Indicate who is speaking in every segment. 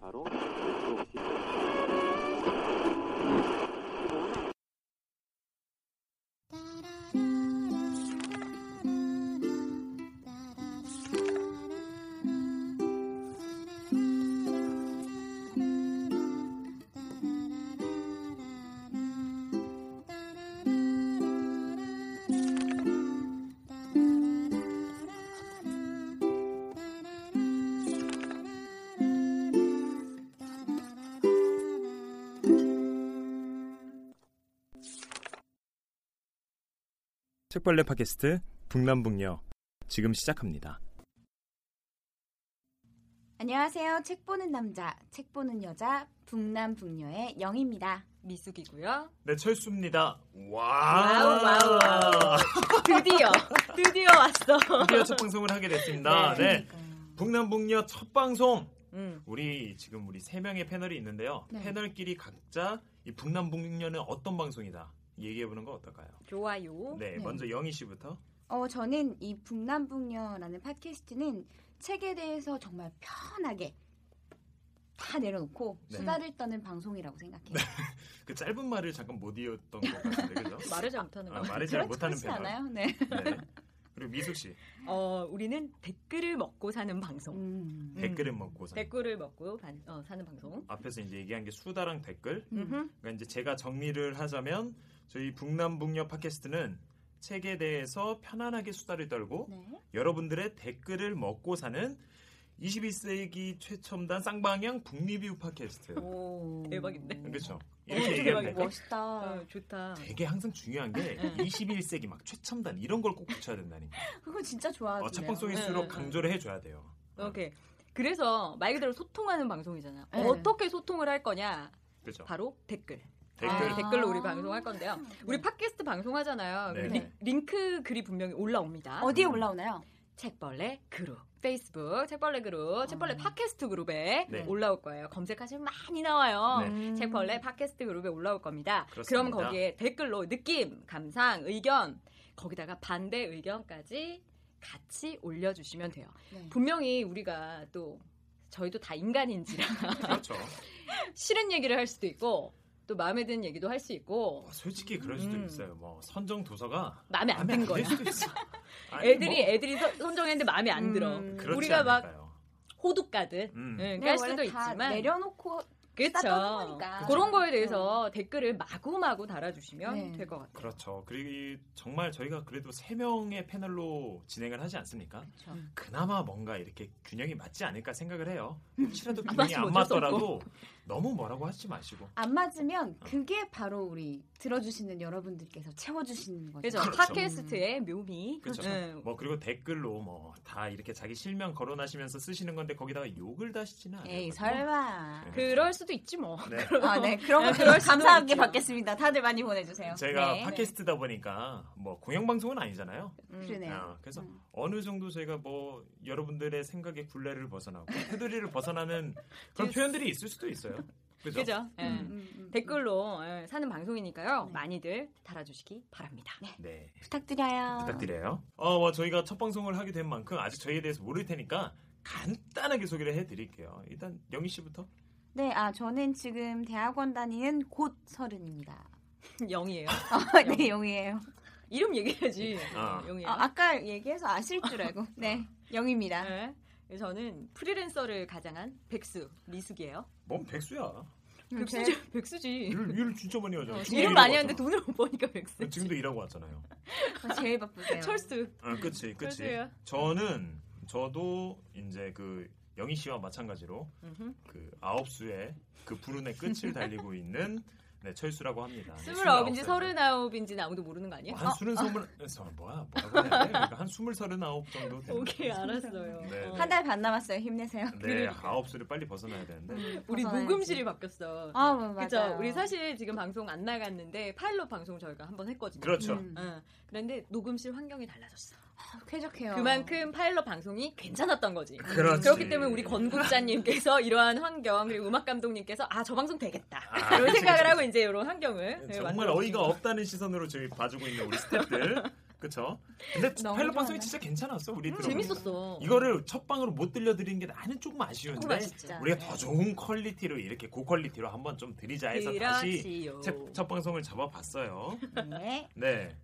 Speaker 1: 바로 왼쪽 시
Speaker 2: 책벌레 팟캐스트 북남북녀 지금 시작합니다.
Speaker 3: 안녕하세요. 책 보는 남자, 책 보는 여자, 북남 북녀의 영입니다. 미숙이고요.
Speaker 4: 네, 철수입니다.
Speaker 3: 와우, 와우, 와우. 드디어, 드디어 왔어.
Speaker 4: 드디어 첫 방송을 하게 됐습니다. 네.
Speaker 3: 그러니까요.
Speaker 4: 북남북녀 첫 방송.
Speaker 3: 음.
Speaker 4: 우리 지금 우리 세 명의 패널이 있는데요.
Speaker 3: 네.
Speaker 4: 패널끼리 각자 이 북남북녀는 어떤 방송이다. 얘기해 보는 거 어떨까요?
Speaker 3: 좋아요.
Speaker 4: 네, 먼저 영희 씨부터.
Speaker 3: 어, 저는 이 북남북녀라는 팟캐스트는 책에 대해서 정말 편하게 다 내려놓고
Speaker 4: 네.
Speaker 3: 수다를 떠는 방송이라고 생각해요.
Speaker 4: 그 짧은 말을 잠깐 못 이었던 것 같은데 그죠?
Speaker 5: 말을 잘 못하는
Speaker 4: 아,
Speaker 5: 거.
Speaker 4: 말을 잘
Speaker 3: 그렇-
Speaker 4: 못하는
Speaker 3: 그렇지
Speaker 4: 패널.
Speaker 3: 않아요? 네.
Speaker 4: 네. 그리고 미숙 씨.
Speaker 5: 어, 우리는 댓글을 먹고 사는 방송.
Speaker 3: 음.
Speaker 5: 음.
Speaker 4: 댓글을 먹고 사.
Speaker 5: 댓글을 먹고 반- 어, 사는 방송.
Speaker 4: 앞에서 이제 얘기한 게 수다랑 댓글.
Speaker 3: 음.
Speaker 4: 그러니까 이제 제가 정리를 하자면 저희 북남북녀 팟캐스트는 책에 대해서 편안하게 수다를 떨고
Speaker 3: 네.
Speaker 4: 여러분들의 댓글을 먹고 사는 21세기 최첨단 쌍방향 북리뷰 팟캐스트.
Speaker 5: 오.
Speaker 3: 음.
Speaker 5: 어, 대박인데.
Speaker 4: 그렇죠.
Speaker 5: 오,
Speaker 4: 이렇게 얘기하면
Speaker 5: 대박이다.
Speaker 4: 될까요?
Speaker 3: 멋있다.
Speaker 5: 어, 좋다.
Speaker 4: 되게 항상 중요한 게
Speaker 5: 네.
Speaker 4: 21세기 막 최첨단 이런 걸 꼭 붙여야 된다니까.
Speaker 3: 그거 진짜 좋아하시네요.
Speaker 4: 어, 첫 방송일수록
Speaker 5: 네, 네, 네.
Speaker 4: 강조를 해줘야 돼요.
Speaker 5: 오케이. 그래서 말 그대로 소통하는 방송이잖아.
Speaker 3: 네.
Speaker 5: 어떻게 소통을 할 거냐?
Speaker 4: 그렇죠.
Speaker 5: 바로 댓글.
Speaker 4: 댓글. 네.
Speaker 3: 아.
Speaker 5: 댓글로 우리 방송할 건데요. 우리 팟캐스트 방송하잖아요.
Speaker 4: 네.
Speaker 5: 그 리- 링크 글이 분명히 올라옵니다.
Speaker 3: 어디에 올라오나요?
Speaker 5: 음. 책벌레 그룹. 페이스북 책벌레 그룹, 책벌레 팟캐스트 그룹에
Speaker 4: 아. 네.
Speaker 5: 올라올 거예요. 검색하시면 많이 나와요.
Speaker 4: 네.
Speaker 3: 음.
Speaker 5: 책벌레 팟캐스트 그룹에 올라올 겁니다.
Speaker 4: 그렇습니다.
Speaker 5: 그럼 거기에 댓글로 느낌, 감상, 의견, 거기다가 반대 의견까지 같이 올려주시면 돼요.
Speaker 3: 네.
Speaker 5: 분명히 우리가 또 저희도 다 인간인지라
Speaker 4: 그렇죠.
Speaker 5: 싫은 얘기를 할 수도 있고 또 마음에 드는 얘기도 할 수 있고
Speaker 4: 뭐 솔직히 그럴 수도
Speaker 5: 음.
Speaker 4: 있어요. 뭐 선정 도서가
Speaker 5: 마음에 안
Speaker 4: 마음에
Speaker 5: 든
Speaker 4: 안
Speaker 5: 거야.
Speaker 4: 들 수도 있어. 아니,
Speaker 5: 애들이
Speaker 4: 뭐
Speaker 5: 애들이 선- 선정했는데 마음에 안 들어.
Speaker 3: 음.
Speaker 4: 그렇지
Speaker 5: 우리가 막-
Speaker 4: 않을까요?
Speaker 5: 호두 까듯
Speaker 4: 음.
Speaker 5: 응,
Speaker 3: 네,
Speaker 5: 깔
Speaker 3: 원래
Speaker 5: 수도
Speaker 3: 다
Speaker 5: 있지만
Speaker 3: 내려놓고
Speaker 5: 그쵸.
Speaker 3: 떠는 거니까. 음.
Speaker 5: 그런 거에 대해서 댓글을 마구마구 달아주시면
Speaker 3: 네.
Speaker 5: 될 것 같아요.
Speaker 4: 그렇죠. 그리고 이- 정말 저희가 그래도 세 명의 패널로 진행을 하지 않습니까?
Speaker 5: 그렇죠.
Speaker 3: 그쵸.
Speaker 4: 그나마 뭔가 이렇게 균형이 맞지 않을까 생각을 해요.
Speaker 3: 음.
Speaker 4: 혹시라도
Speaker 5: 안
Speaker 4: 균형이 안
Speaker 5: 맞으면 어쩔 수
Speaker 4: 맞더라도 너무 뭐라고 하지 마시고.
Speaker 3: 안 맞으면 그게 바로 우리 들어주시는 여러분들께서 채워주시는 거죠.
Speaker 5: 그죠?
Speaker 4: 그렇죠.
Speaker 3: 음.
Speaker 5: 팟캐스트의 묘미. 네.
Speaker 4: 그렇죠.
Speaker 5: 응.
Speaker 4: 뭐 그리고 댓글로 뭐 다 이렇게 자기 실명 거론하시면서 쓰시는 건데 거기다가 욕을 다시지는 않아요.
Speaker 3: 에이 설마.
Speaker 4: 네.
Speaker 5: 그럴 수도 있지 뭐.
Speaker 4: 네.
Speaker 3: 아, 네. 그런 거
Speaker 5: 그럴 수도
Speaker 3: 감사하게
Speaker 5: 있죠.
Speaker 3: 받겠습니다. 다들 많이 보내주세요.
Speaker 4: 제가
Speaker 3: 네.
Speaker 4: 팟캐스트다 보니까 뭐 공영방송은 아니잖아요.
Speaker 3: 네. 그러네요.
Speaker 4: 아, 그래서
Speaker 3: 음.
Speaker 4: 어느 정도 저희가 뭐 여러분들의 생각의 굴레를 벗어나고 테두리를 벗어나는 그런 표현들이 있을 수도 있어요. 그렇죠. 그죠?
Speaker 5: 그죠? 예.
Speaker 3: 음, 음, 음.
Speaker 5: 댓글로 예, 사는 방송이니까요.
Speaker 3: 네.
Speaker 5: 많이들 달아주시기 바랍니다.
Speaker 4: 네.
Speaker 3: 부탁드려요.
Speaker 4: 부탁드려요. 어, 뭐 저희가 첫 방송을 하게 된 만큼 아직 저희에 대해서 모를 테니까 간단하게 소개를 해드릴게요. 일단 영희 씨부터.
Speaker 3: 네, 아 저는 지금 대학원 다니는 곧 서른입니다.
Speaker 5: 영이에요.
Speaker 3: 네, 영이에요.
Speaker 5: 이름 얘기해야지. 음,
Speaker 4: 아.
Speaker 5: 영이에요.
Speaker 3: 아, 까 얘기해서 아실 줄 알고. 네, 영입니다.
Speaker 5: 예. 저는 프리랜서를 가장한 백수 미숙이에요.
Speaker 4: 뭔 백수야?
Speaker 3: 음,
Speaker 5: 백수지. 백수지.
Speaker 4: 일, 일 진짜 많이 하죠.
Speaker 5: 어,
Speaker 4: 네, 지금도
Speaker 5: 일을
Speaker 4: 일하고
Speaker 5: 많이 하는데
Speaker 4: 왔잖아.
Speaker 5: 돈을 못 버니까 백수지.
Speaker 4: 지금도 일하고 왔잖아요.
Speaker 3: 아, 제일 바쁘세요.
Speaker 5: 철수.
Speaker 4: 아, 그치, 그치.
Speaker 5: 철수야.
Speaker 4: 저는 저도 이제 그 영희 씨와 마찬가지로
Speaker 5: 음흠.
Speaker 4: 그 아홉 수의 그 불운의 끝을 달리고 있는 네, 철수라고 합니다.
Speaker 5: 스물아홉인지
Speaker 4: 29.
Speaker 5: 서른아홉인지는 아무도 모르는 거 아니야?
Speaker 4: 한 스른 스물 서- 뭐야 뭐라고 해야 돼? 그러니까 한 스물 서른 아홉 정도 되는
Speaker 5: 어, 오케이 알았어요.
Speaker 4: 네,
Speaker 5: 어.
Speaker 4: 네.
Speaker 3: 한 달 반 남았어요. 힘내세요.
Speaker 4: 네
Speaker 5: 그러니까.
Speaker 4: 아홉 수를 빨리 벗어나야 되는데
Speaker 5: 우리
Speaker 3: 벗어나야지.
Speaker 5: 녹음실이 바뀌었어.
Speaker 3: 아, 뭐, 맞아요.
Speaker 5: 그죠? 우리 사실 지금 방송 안 나갔는데 파일럿 방송 저희가 한 번 했거든요.
Speaker 4: 그렇죠.
Speaker 3: 음.
Speaker 5: 어, 그런데 녹음실 환경이 달라졌어.
Speaker 3: 아, 쾌적해요.
Speaker 5: 그만큼 파일럿 방송이 괜찮았던 거지.
Speaker 4: 그렇지.
Speaker 5: 기 때문에 우리 건국자님께서 이러한 환경 그리고 음악 감독님께서 아 저 방송 되겠다
Speaker 4: 아,
Speaker 5: 이런
Speaker 4: 그치,
Speaker 5: 생각을
Speaker 4: 그치.
Speaker 5: 하고 이제 이런 환경을 네,
Speaker 4: 정말
Speaker 5: 만들어 주신
Speaker 4: 어이가
Speaker 5: 거예요.
Speaker 4: 없다는 시선으로 저희 봐주고 있는 우리 스태프들 그쵸? 근데
Speaker 3: 너무
Speaker 4: 파일럿
Speaker 3: 좋아하네.
Speaker 4: 방송이 진짜 괜찮았어 우리 들어보니까.
Speaker 5: 음, 재밌었어.
Speaker 4: 이거를 네, 첫 방으로 못 들려드리는 게 나는 조금
Speaker 5: 조금 네.
Speaker 4: 아쉬운데
Speaker 5: 아쉽지.
Speaker 4: 우리가 더 좋은 퀄리티로 이렇게 고퀄리티로 한번 좀 드리자 해서 다시
Speaker 5: 그렇지요.
Speaker 4: 첫, 첫 방송을 잡아봤어요.
Speaker 3: 네.
Speaker 4: 네,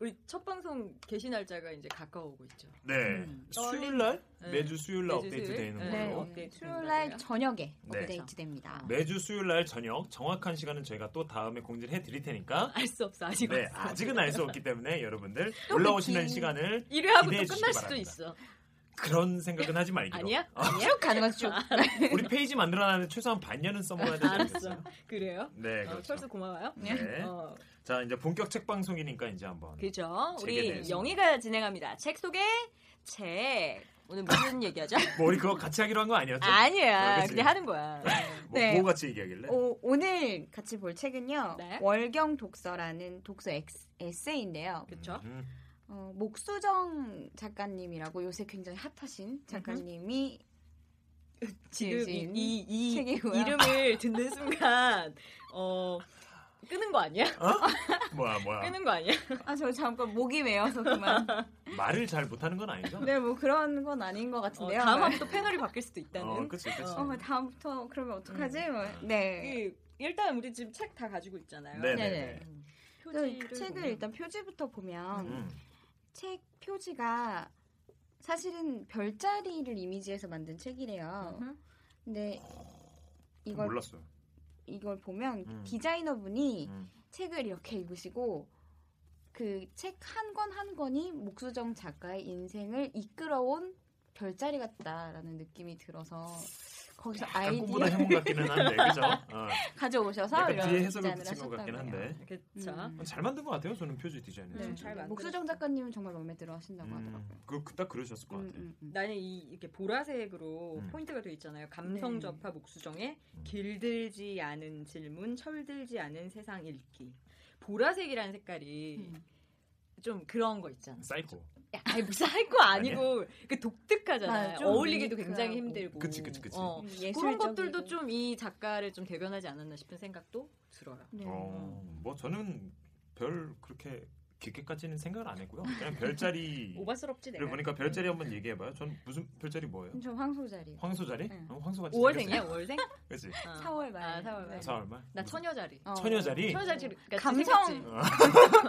Speaker 5: 우리 첫 방송 개시 날짜가 이제 가까워오고 있죠.
Speaker 4: 네.
Speaker 5: 음.
Speaker 4: 수요일 날
Speaker 5: 네.
Speaker 4: 매주 수요일 날
Speaker 5: 매주
Speaker 4: 업데이트
Speaker 5: 수요일?
Speaker 4: 되는
Speaker 5: 네.
Speaker 4: 걸로
Speaker 5: 업데이트
Speaker 3: 수요일 날
Speaker 5: 된다고요?
Speaker 3: 저녁에
Speaker 4: 네.
Speaker 3: 그렇죠. 업데이트됩니다.
Speaker 4: 매주 수요일 날 저녁 정확한 시간은 저희가 또 다음에 공지를 해드릴 테니까
Speaker 5: 알 수 없어 아직.
Speaker 4: 네 아직은 알 수 없기 때문에 여러분들 올라오시는 시간을
Speaker 5: 일회 하고 또
Speaker 4: 기대해 주시기
Speaker 5: 끝날 수도
Speaker 4: 바랍니다.
Speaker 5: 있어.
Speaker 4: 그런 생각은 하지 말기로
Speaker 5: 아니야?
Speaker 4: 아,
Speaker 3: 쭉 가는 거죠. 쭉.
Speaker 4: 우리 페이지 만들어놨는데 최소한 반년은 써먹어야 되지
Speaker 5: 알았어.
Speaker 4: 않겠어요?
Speaker 5: 그래요?
Speaker 4: 네
Speaker 5: 어,
Speaker 4: 그렇죠.
Speaker 5: 철수 고마워요.
Speaker 4: 네.
Speaker 5: 어,
Speaker 4: 자 이제 본격 책 방송이니까 이제 한번
Speaker 5: 그죠?
Speaker 4: 책에
Speaker 5: 우리
Speaker 4: 대해서.
Speaker 5: 영희가 진행합니다. 책 속에 책. 오늘 무슨 얘기하죠?
Speaker 4: 뭐 우리 그거 같이 하기로 한 거 아니었죠?
Speaker 5: 아니야.
Speaker 4: 그치.
Speaker 5: 그냥 하는 거야.
Speaker 4: 뭐,
Speaker 3: 네.
Speaker 4: 뭐 같이 얘기하길래?
Speaker 3: 오, 오늘 같이 볼 책은요.
Speaker 5: 음. 네.
Speaker 3: 월경 독서라는 독서 엑스- 에세이인데요.
Speaker 5: 그렇죠?
Speaker 4: 음,
Speaker 3: 어, 목수정 작가님이라고 요새 굉장히 핫하신 작가님이
Speaker 5: 지금 이,
Speaker 3: 지으신
Speaker 5: 이, 이
Speaker 3: 책이고요.
Speaker 5: 이름을 듣는 순간 어 끄는 거 아니야?
Speaker 4: 뭐야 뭐야
Speaker 5: 끄는 거 아니야?
Speaker 3: 아, 저 잠깐 목이 메어서 그만.
Speaker 4: 말을 잘 못하는 건 아니죠?
Speaker 3: 네, 뭐 그런 건 아닌 것
Speaker 5: 어,
Speaker 3: 같은데요. 네.
Speaker 5: 다음 하면 또 패널이 바뀔 수도 있다는.
Speaker 4: 어 그치 그치
Speaker 5: 어.
Speaker 3: 어, 다음부터 그러면 어떡하지? 뭐, 네.
Speaker 5: 이- 일단 우리 지금 책 다 가지고 있잖아요.
Speaker 4: 네네네
Speaker 5: 음,
Speaker 3: 그
Speaker 5: 표지를
Speaker 3: 책을
Speaker 5: 보면
Speaker 3: 일단 표지부터 보면
Speaker 4: 음,
Speaker 3: 책 표지가 사실은 별자리를 이미지해서 만든 책이래요.
Speaker 5: 음흠.
Speaker 3: 근데 이걸
Speaker 4: 몰랐어요
Speaker 3: 이걸 보면
Speaker 4: 음.
Speaker 3: 디자이너분이
Speaker 4: 음.
Speaker 3: 책을 이렇게 읽으시고 그 책 한 권 한 권이 목수정 작가의 인생을 이끌어온 별자리 같다라는 느낌이 들어서 거기서
Speaker 4: 약간 꿈보다
Speaker 3: 아이디어
Speaker 4: 행운 같기는 한데 그죠? 어.
Speaker 3: 가져오셔서
Speaker 4: 약간
Speaker 3: 이런
Speaker 4: 뒤에
Speaker 3: 디자인을
Speaker 4: 해설을 붙인 것
Speaker 3: 하셨다고
Speaker 4: 같긴
Speaker 3: 해요.
Speaker 4: 한데
Speaker 5: 그쵸.
Speaker 3: 음.
Speaker 4: 어, 잘 만든 것 같아요 저는 표지 디자인
Speaker 5: 네,
Speaker 4: 진짜.
Speaker 5: 잘 만들었어요.
Speaker 3: 목수정 작가님은 정말 마음에 들어 음, 하신다고
Speaker 4: 음,
Speaker 3: 하더라고요.
Speaker 4: 그, 그딱 그러셨을 것 같아요
Speaker 3: 음, 음, 음.
Speaker 5: 나는 이 이렇게 보라색으로
Speaker 4: 음.
Speaker 5: 포인트가 돼 있잖아요.
Speaker 3: 네.
Speaker 5: 감성 접합 목수정의
Speaker 4: 음.
Speaker 5: 길들지 않은 질문, 철들지 않은 세상 읽기. 보라색이라는 색깔이
Speaker 3: 음.
Speaker 5: 좀 그런 거 있잖아.
Speaker 4: 사이코
Speaker 5: 야, 아니 무슨 할거 아니고 그 독특하잖아요.
Speaker 3: 아, 좀
Speaker 5: 어울리기도
Speaker 3: 유니크하고.
Speaker 5: 굉장히 힘들고.
Speaker 4: 그치, 그치, 그치.
Speaker 5: 어, 그런
Speaker 3: 예술적이고.
Speaker 5: 것들도 좀 이 작가를 좀 대변하지 않았나 싶은 생각도 들어요.
Speaker 3: 네.
Speaker 4: 어, 뭐 저는 별 그렇게 깊게까지는 생각을 안 했고요 그냥 별자리
Speaker 5: 오바스럽지
Speaker 4: 를
Speaker 5: 내가.
Speaker 4: 보니까 별자리 한번
Speaker 3: 음.
Speaker 4: 얘기해봐요 전 무슨 별자리 뭐예요?
Speaker 3: 저 황소자리.
Speaker 4: 황소자리?
Speaker 3: 네.
Speaker 4: 어, 황소같이
Speaker 5: 5월생이야, 5월생?
Speaker 4: 그치?
Speaker 5: 어.
Speaker 3: 4월 말.
Speaker 5: 아, 4월 말.
Speaker 3: 네.
Speaker 4: 4월 말?
Speaker 5: 나 처녀자리.
Speaker 3: 어.
Speaker 4: 처녀자리?
Speaker 5: 처녀자리 같이
Speaker 3: 감성.
Speaker 5: 생겼지?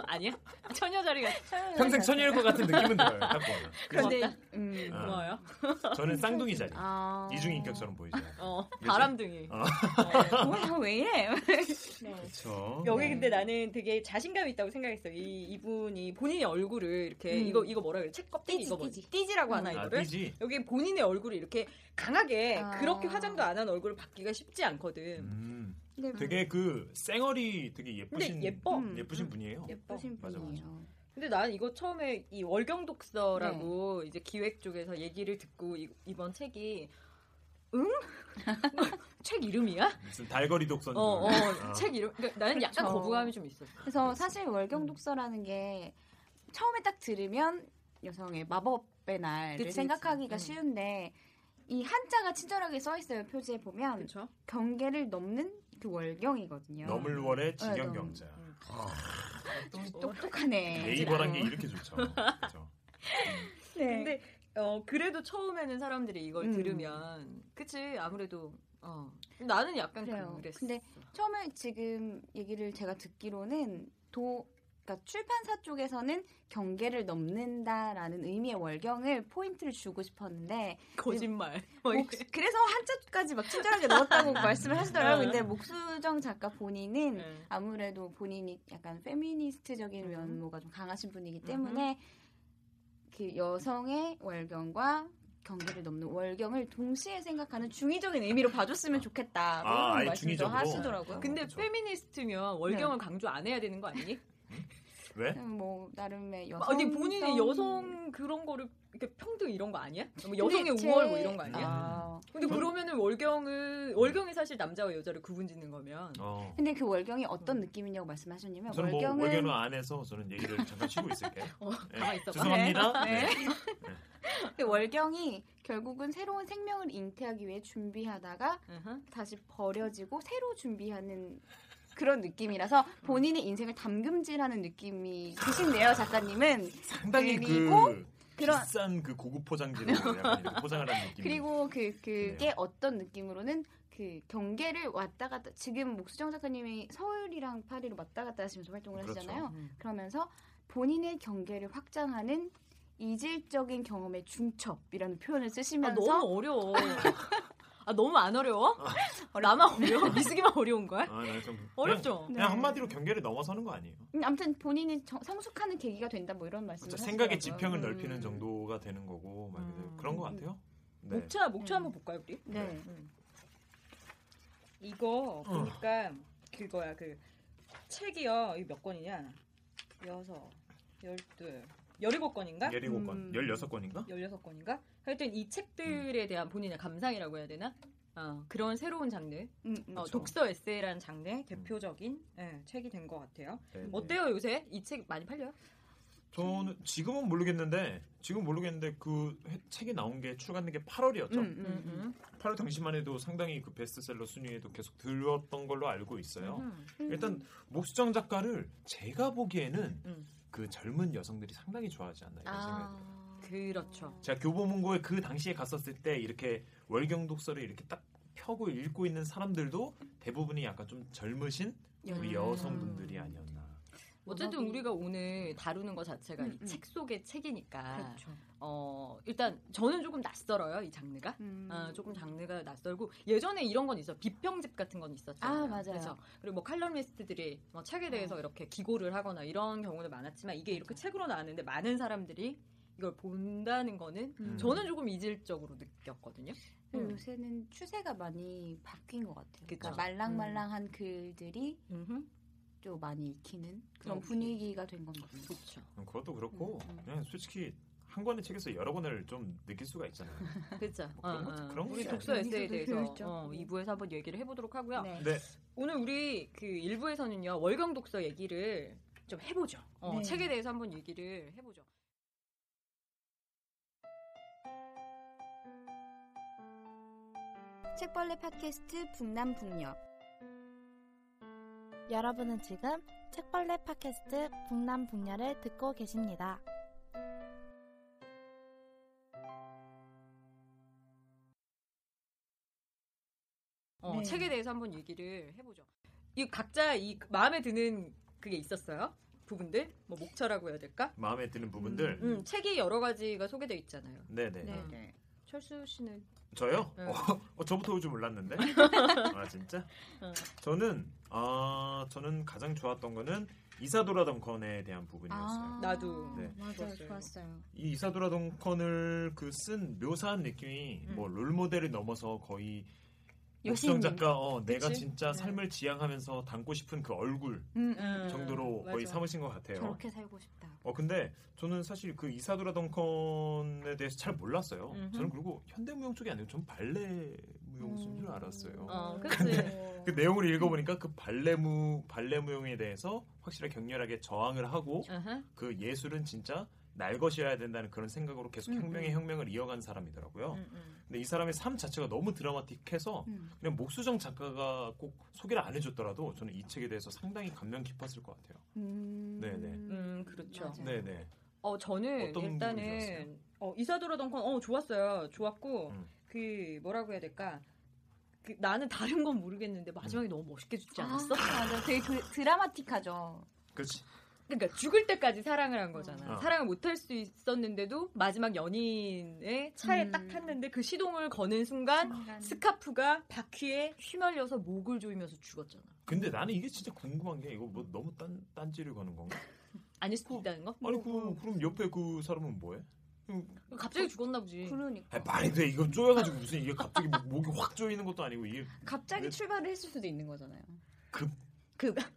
Speaker 5: 아니야? 처녀자리 같이
Speaker 4: 평생 처녀일 것 같은 느낌은 들어요. 딱 보면.
Speaker 3: 그런데
Speaker 5: 고맙다.
Speaker 3: 음.
Speaker 4: 아.
Speaker 5: 고마워요.
Speaker 4: 저는 쌍둥이 자리.
Speaker 3: 아.
Speaker 4: 이중인격처럼 보이죠.
Speaker 5: 어,
Speaker 4: 그치?
Speaker 5: 바람둥이.
Speaker 4: 어.
Speaker 3: 뭐야 아, 왜 이래?
Speaker 4: 그렇죠.
Speaker 5: 여기 근데 나는 되게 자신감이 있다고 생각했어. 이 이분이 본인의 얼굴을 이렇게
Speaker 3: 음.
Speaker 5: 이거 이거 뭐라 그래? 책 껍데기
Speaker 3: 띠지,
Speaker 5: 이거 뭐지?
Speaker 3: 띠지.
Speaker 5: 띠지라고 하나
Speaker 4: 아,
Speaker 5: 이거를?
Speaker 4: 띠지.
Speaker 5: 여기 본인의 얼굴을 이렇게 강하게
Speaker 3: 아.
Speaker 5: 그렇게 화장도 안 한 얼굴을 받기가 쉽지 않거든.
Speaker 4: 음,
Speaker 3: 네, 뭐
Speaker 4: 되게 그 쌩얼이 되게 예쁘신
Speaker 5: 근데 예뻐.
Speaker 3: 음.
Speaker 4: 예쁘신 분이에요.
Speaker 5: 예뻐.
Speaker 3: 예쁘신
Speaker 4: 맞아, 맞아.
Speaker 3: 분이에요.
Speaker 5: 근데 난 이거 처음에 이 월경독서라고 이제 기획 쪽에서 얘기를 듣고 이, 이번 책이 응? 책 이름이야?
Speaker 4: 무슨 달거리 독선.
Speaker 5: 어, 어,
Speaker 4: 음. 아.
Speaker 5: 책 이름. 그러니까 나는 약간
Speaker 3: 그렇죠.
Speaker 5: 거부감이 좀 있었어.
Speaker 3: 그래서
Speaker 4: 음.
Speaker 3: 사실 월경 독서라는 게 처음에 딱 들으면 여성의 마법의 날을
Speaker 5: 그치,
Speaker 3: 생각하기가
Speaker 5: 그치. 음.
Speaker 3: 쉬운데 이 한자가 친절하게 써 있어요 표지에 보면
Speaker 5: 그렇죠?
Speaker 3: 경계를 넘는 그 월경이거든요.
Speaker 4: 넘을 월의
Speaker 3: 네, 넘-
Speaker 4: 직영경자.
Speaker 5: 음.
Speaker 3: 똑똑하네.
Speaker 4: 네이버란 게 이렇게 좋죠. 그렇죠.
Speaker 3: 네.
Speaker 5: 근데 어, 그래도 처음에는 사람들이 이걸
Speaker 3: 음.
Speaker 5: 들으면 그치 아무래도 어. 나는 약간
Speaker 3: 그래요.
Speaker 5: 그랬어.
Speaker 3: 근데 처음에 지금 얘기를 제가 듣기로는 도 그러니까 출판사 쪽에서는 경계를 넘는다라는 의미의 월경을 포인트를 주고 싶었는데
Speaker 5: 거짓말. 뭐
Speaker 3: 목- 그래서 한자까지 막 친절하게 넣었다고 말씀을 하시더라고요. 근데 목수정 작가 본인은
Speaker 5: 네.
Speaker 3: 아무래도 본인이 약간 페미니스트적인
Speaker 5: 음.
Speaker 3: 면모가 좀 강하신 분이기 때문에 그 여성의 월경과 경계를 넘는 월경을 동시에 생각하는 중의적인 의미로 봐줬으면 좋겠다. 뭐
Speaker 4: 아,
Speaker 3: 이런
Speaker 4: 아예
Speaker 3: 말씀도
Speaker 4: 중의적으로?
Speaker 3: 하시더라고요.
Speaker 5: 근데
Speaker 4: 그렇죠.
Speaker 5: 페미니스트면
Speaker 3: 네.
Speaker 5: 월경을 강조 안 해야 되는 거 아니니? 어,
Speaker 4: 왜?
Speaker 3: 그냥 뭐 나름의 여성
Speaker 5: 아니 본인이 여성 그런 거를 이렇게 평등 이런 거 아니야? 뭐 여성의
Speaker 3: 근데 제-
Speaker 5: 우월 뭐 이런 거 아니야?
Speaker 3: 아.
Speaker 5: 근데 그러면은 월경을 월경이 사실 남자와 여자를 구분짓는 거면
Speaker 4: 어.
Speaker 3: 근데 그 월경이 어떤 느낌이냐고 말씀하셨냐면
Speaker 4: 저는 뭐
Speaker 3: 월경은
Speaker 4: 월경은 안 해서 저는 얘기를 잠깐 쉬고 있을게요.
Speaker 5: 어,
Speaker 4: 네.
Speaker 5: 가만 있어봐.
Speaker 4: 죄송합니다.
Speaker 5: 네.
Speaker 4: 네. 아.
Speaker 3: 근데 그 월경이 결국은 새로운 생명을 잉태하기 위해 준비하다가
Speaker 5: 으흠.
Speaker 3: 다시 버려지고 새로 준비하는 그런 느낌이라서 본인의 인생을 담금질하는 느낌이 드신대요 작가님은
Speaker 4: 상당히
Speaker 3: 그리고
Speaker 4: 그
Speaker 3: 그런-
Speaker 4: 비싼 그 고급 포장지로 약간 이렇게 포장을 하는 느낌.
Speaker 3: 그리고 그 그게
Speaker 4: 그래요.
Speaker 3: 어떤 느낌으로는 그 경계를 왔다 갔다 지금 목수정 작가님이 서울이랑 파리로 왔다 갔다 하시면서 활동을
Speaker 4: 그렇죠.
Speaker 3: 하시잖아요 그러면서 본인의 경계를 확장하는 이질적인 경험의 중첩이라는 표현을
Speaker 5: 아,
Speaker 3: 쓰시면서
Speaker 5: 너무 어려워. 아 너무 안 어려워? 나만 어려워? 미숙이만 어려운 거야?
Speaker 4: 아, 나좀
Speaker 5: 어렵죠.
Speaker 4: 그냥,
Speaker 3: 네.
Speaker 4: 그냥 한마디로 경계를 넘어서는 거 아니에요.
Speaker 3: 음, 아무튼 본인이 정- 성숙하는 계기가 된다 뭐 이런 말씀.
Speaker 4: 그렇죠. 생각의 지평을
Speaker 5: 음.
Speaker 4: 넓히는 정도가 되는 거고 막 이제
Speaker 5: 음.
Speaker 4: 그런 것 같아요. 네.
Speaker 5: 목차 목차 한번 볼까요 우리? 음.
Speaker 3: 네.
Speaker 5: 이거
Speaker 4: 어.
Speaker 5: 보니까 그거야 그 책이요. 이몇 권이냐? 여섯, 열둘, 열일곱 권인가?
Speaker 4: 예리고
Speaker 3: 음.
Speaker 4: 건 16건인가?
Speaker 5: 16권인가? 하여튼 이
Speaker 4: 음.
Speaker 5: 책들에 대한 본인의 감상이라고 해야 되나? 어, 그런 새로운 장르,
Speaker 3: 음, 음.
Speaker 5: 어,
Speaker 4: 그렇죠. 음.
Speaker 5: 독서 에세이라는 장르의 대표적인 예, 책이 된 것 같아요.
Speaker 4: 네.
Speaker 5: 어때요 요새? 이 책 많이 팔려요?
Speaker 4: 저는 지금은 모르겠는데 지금 모르겠는데 그 해- 책이 나온 게 출간된 게 8월이었죠.
Speaker 3: 음, 음, 음.
Speaker 4: 8월 당시만 해도 상당히 그 베스트셀러 순위에도 계속 들었던 걸로 알고 있어요.
Speaker 5: 음.
Speaker 4: 일단 목수정 작가를 제가 보기에는
Speaker 5: 음.
Speaker 4: 그 젊은 여성들이 상당히 좋아하지 않나 이런 생각이 들어요.
Speaker 3: 아.
Speaker 5: 그렇죠.
Speaker 4: 제가 교보문고에 그 당시에 갔었을 때 이렇게 월경 독서를 이렇게 딱 펴고 읽고 있는 사람들도 대부분이 약간 좀 젊으신 우리 여성분들이 아니었나.
Speaker 5: 어쨌든
Speaker 3: 워낙이-
Speaker 5: 우리가 오늘 다루는 것 자체가
Speaker 3: 음,
Speaker 5: 이
Speaker 3: 음.
Speaker 5: 책 속의 책이니까
Speaker 3: 그렇죠.
Speaker 5: 어, 일단 저는 조금 낯설어요 이 장르가.
Speaker 3: 음.
Speaker 5: 아, 조금 장르가 낯설고 예전에 이런 건 있어 비평집 같은 건 있었잖아요.
Speaker 3: 아, 맞아요. 어.
Speaker 5: 그래서 그리고 뭐 칼럼니스트들이 뭐 책에 대해서 이렇게 기고를 하거나 이런 경우는 많았지만 이게 이렇게 책으로 나왔는데 많은 사람들이 이걸 본다는 거는
Speaker 4: 음.
Speaker 5: 저는 조금 이질적으로 느꼈거든요.
Speaker 3: 그리고 요새는 추세가 많이 바뀐 것 같아요. 그러니까
Speaker 5: 그쵸.
Speaker 3: 말랑말랑한 글들이
Speaker 5: 음.
Speaker 3: 좀 많이 읽히는 그런
Speaker 5: 오케이.
Speaker 3: 분위기가 된 건가요?
Speaker 5: 그렇죠.
Speaker 4: 음, 그것도 그렇고
Speaker 3: 음, 음.
Speaker 4: 그냥 솔직히 한 권의 책에서 여러 권을 좀 느낄 수가 있잖아요.
Speaker 5: 그렇죠.
Speaker 4: 뭐 그런 것- 그런
Speaker 5: 우리
Speaker 4: 것도
Speaker 5: 독서
Speaker 3: 있어요.
Speaker 5: 에세이에 대해서
Speaker 3: 그렇죠.
Speaker 5: 어, 2부에서 한번 얘기를 해보도록 하고요.
Speaker 3: 네.
Speaker 4: 네.
Speaker 5: 오늘 우리 그 1부에서는요 월경 독서 얘기를 좀 해보죠. 어,
Speaker 3: 네.
Speaker 5: 책에 대해서 한번 얘기를 해보죠.
Speaker 3: 책벌레 팟캐스트 북남북녀
Speaker 1: 여러분은 지금 책벌레 팟캐스트 북남 북녀를 듣고 계십니다.
Speaker 5: 어,
Speaker 3: 네.
Speaker 5: 어, 책에 대해서 한번 얘기를 해보죠. 이 각자 이 마음에 드는 그게 있었어요? 부분들? 뭐 목차라고 해야 될까?
Speaker 4: 마음에 드는 부분들.
Speaker 5: 음, 책이 여러 가지가 소개되어 있잖아요.
Speaker 4: 네네.
Speaker 5: 네. 철수 씨는
Speaker 4: 저요?
Speaker 5: 네.
Speaker 4: 어, 어, 저부터 올 줄 몰랐는데. 아 진짜?
Speaker 5: 응.
Speaker 4: 저는 아 저는 가장 좋았던 거는 이사도라 덩컨에 대한 부분이었어요.
Speaker 5: 아. 나도.
Speaker 4: 네.
Speaker 3: 맞아요
Speaker 5: 좋았어요.
Speaker 3: 좋았어요
Speaker 4: 이 이사도라 덩컨을 그 쓴 묘사한 느낌이
Speaker 5: 음.
Speaker 4: 뭐 롤모델을 넘어서 거의
Speaker 3: 여신님.
Speaker 4: 목성 작가 어, 내가
Speaker 5: 그치?
Speaker 4: 진짜
Speaker 5: 네.
Speaker 4: 삶을 지향하면서 담고 싶은 그 얼굴 음. 정도로
Speaker 5: 맞아.
Speaker 4: 거의 삼으신 것 같아요.
Speaker 3: 음, 저렇게 살고 싶다
Speaker 4: 어 근데 저는 사실 그 이사도라 덩컨에 대해서 잘 몰랐어요.
Speaker 5: 음흠.
Speaker 4: 저는 그리고 현대무용 쪽이 아니고 전 발레 무용수인
Speaker 3: 음.
Speaker 4: 줄 알았어요.
Speaker 5: 어, 그치.
Speaker 3: 근데
Speaker 4: 그 내용을 읽어보니까 그 발레무 발레무용에 대해서 확실히 격렬하게 저항을 하고
Speaker 5: 아하.
Speaker 4: 그 예술은 진짜 날 것이어야 된다는 그런 생각으로 계속
Speaker 3: 음,
Speaker 4: 혁명의
Speaker 3: 음.
Speaker 4: 혁명을 이어간 사람이더라고요.
Speaker 5: 음, 음.
Speaker 4: 근데 이 사람의 삶 자체가 너무 드라마틱해서
Speaker 3: 음.
Speaker 4: 그냥 목수정 작가가 꼭 소개를 안 해줬더라도 저는 이 책에 대해서 상당히 감명 깊었을 것 같아요.
Speaker 3: 음.
Speaker 4: 네네.
Speaker 5: 음, 그렇죠.
Speaker 3: 맞아요.
Speaker 4: 네네.
Speaker 5: 어, 저는
Speaker 4: 어떤 부분이
Speaker 5: 일단은
Speaker 4: 좋았어요?
Speaker 5: 어, 이사도라 던컨 어, 좋았어요. 좋았고
Speaker 4: 음.
Speaker 5: 그 뭐라고 해야 될까? 그, 나는 다른
Speaker 4: 음.
Speaker 5: 건 모르겠는데 마지막에 너무 멋있게 죽지
Speaker 3: 아,
Speaker 5: 않았어?
Speaker 3: 맞아 되게 그, 드라마틱하죠
Speaker 4: 그렇지.
Speaker 5: 그러니까 죽을 때까지 사랑을 한 거잖아.
Speaker 4: 어.
Speaker 5: 사랑을 못 할 수 있었는데도 마지막 연인의 차에
Speaker 3: 음.
Speaker 5: 딱 탔는데 그 시동을 거는 순간 스카프가 바퀴에 휘말려서 목을 조이면서 죽었잖아.
Speaker 4: 근데 나는 이게 진짜 궁금한 게 이거 뭐 너무 딴 딴지를 거는 건가?
Speaker 5: 아닐 수도 있다는 거? 뭐,
Speaker 4: 아니 그 그럼 옆에 그 사람은 뭐해? 음.
Speaker 5: 갑자기 죽었나 보지.
Speaker 4: 아
Speaker 3: 그러니까
Speaker 4: 말이 돼 이거 쪼여가지고 무슨 이게 갑자기 목- 목이 확 조이는 것도 아니고 이게
Speaker 3: 갑자기
Speaker 4: 네.
Speaker 3: 출발을 했을 수도 있는 거잖아요.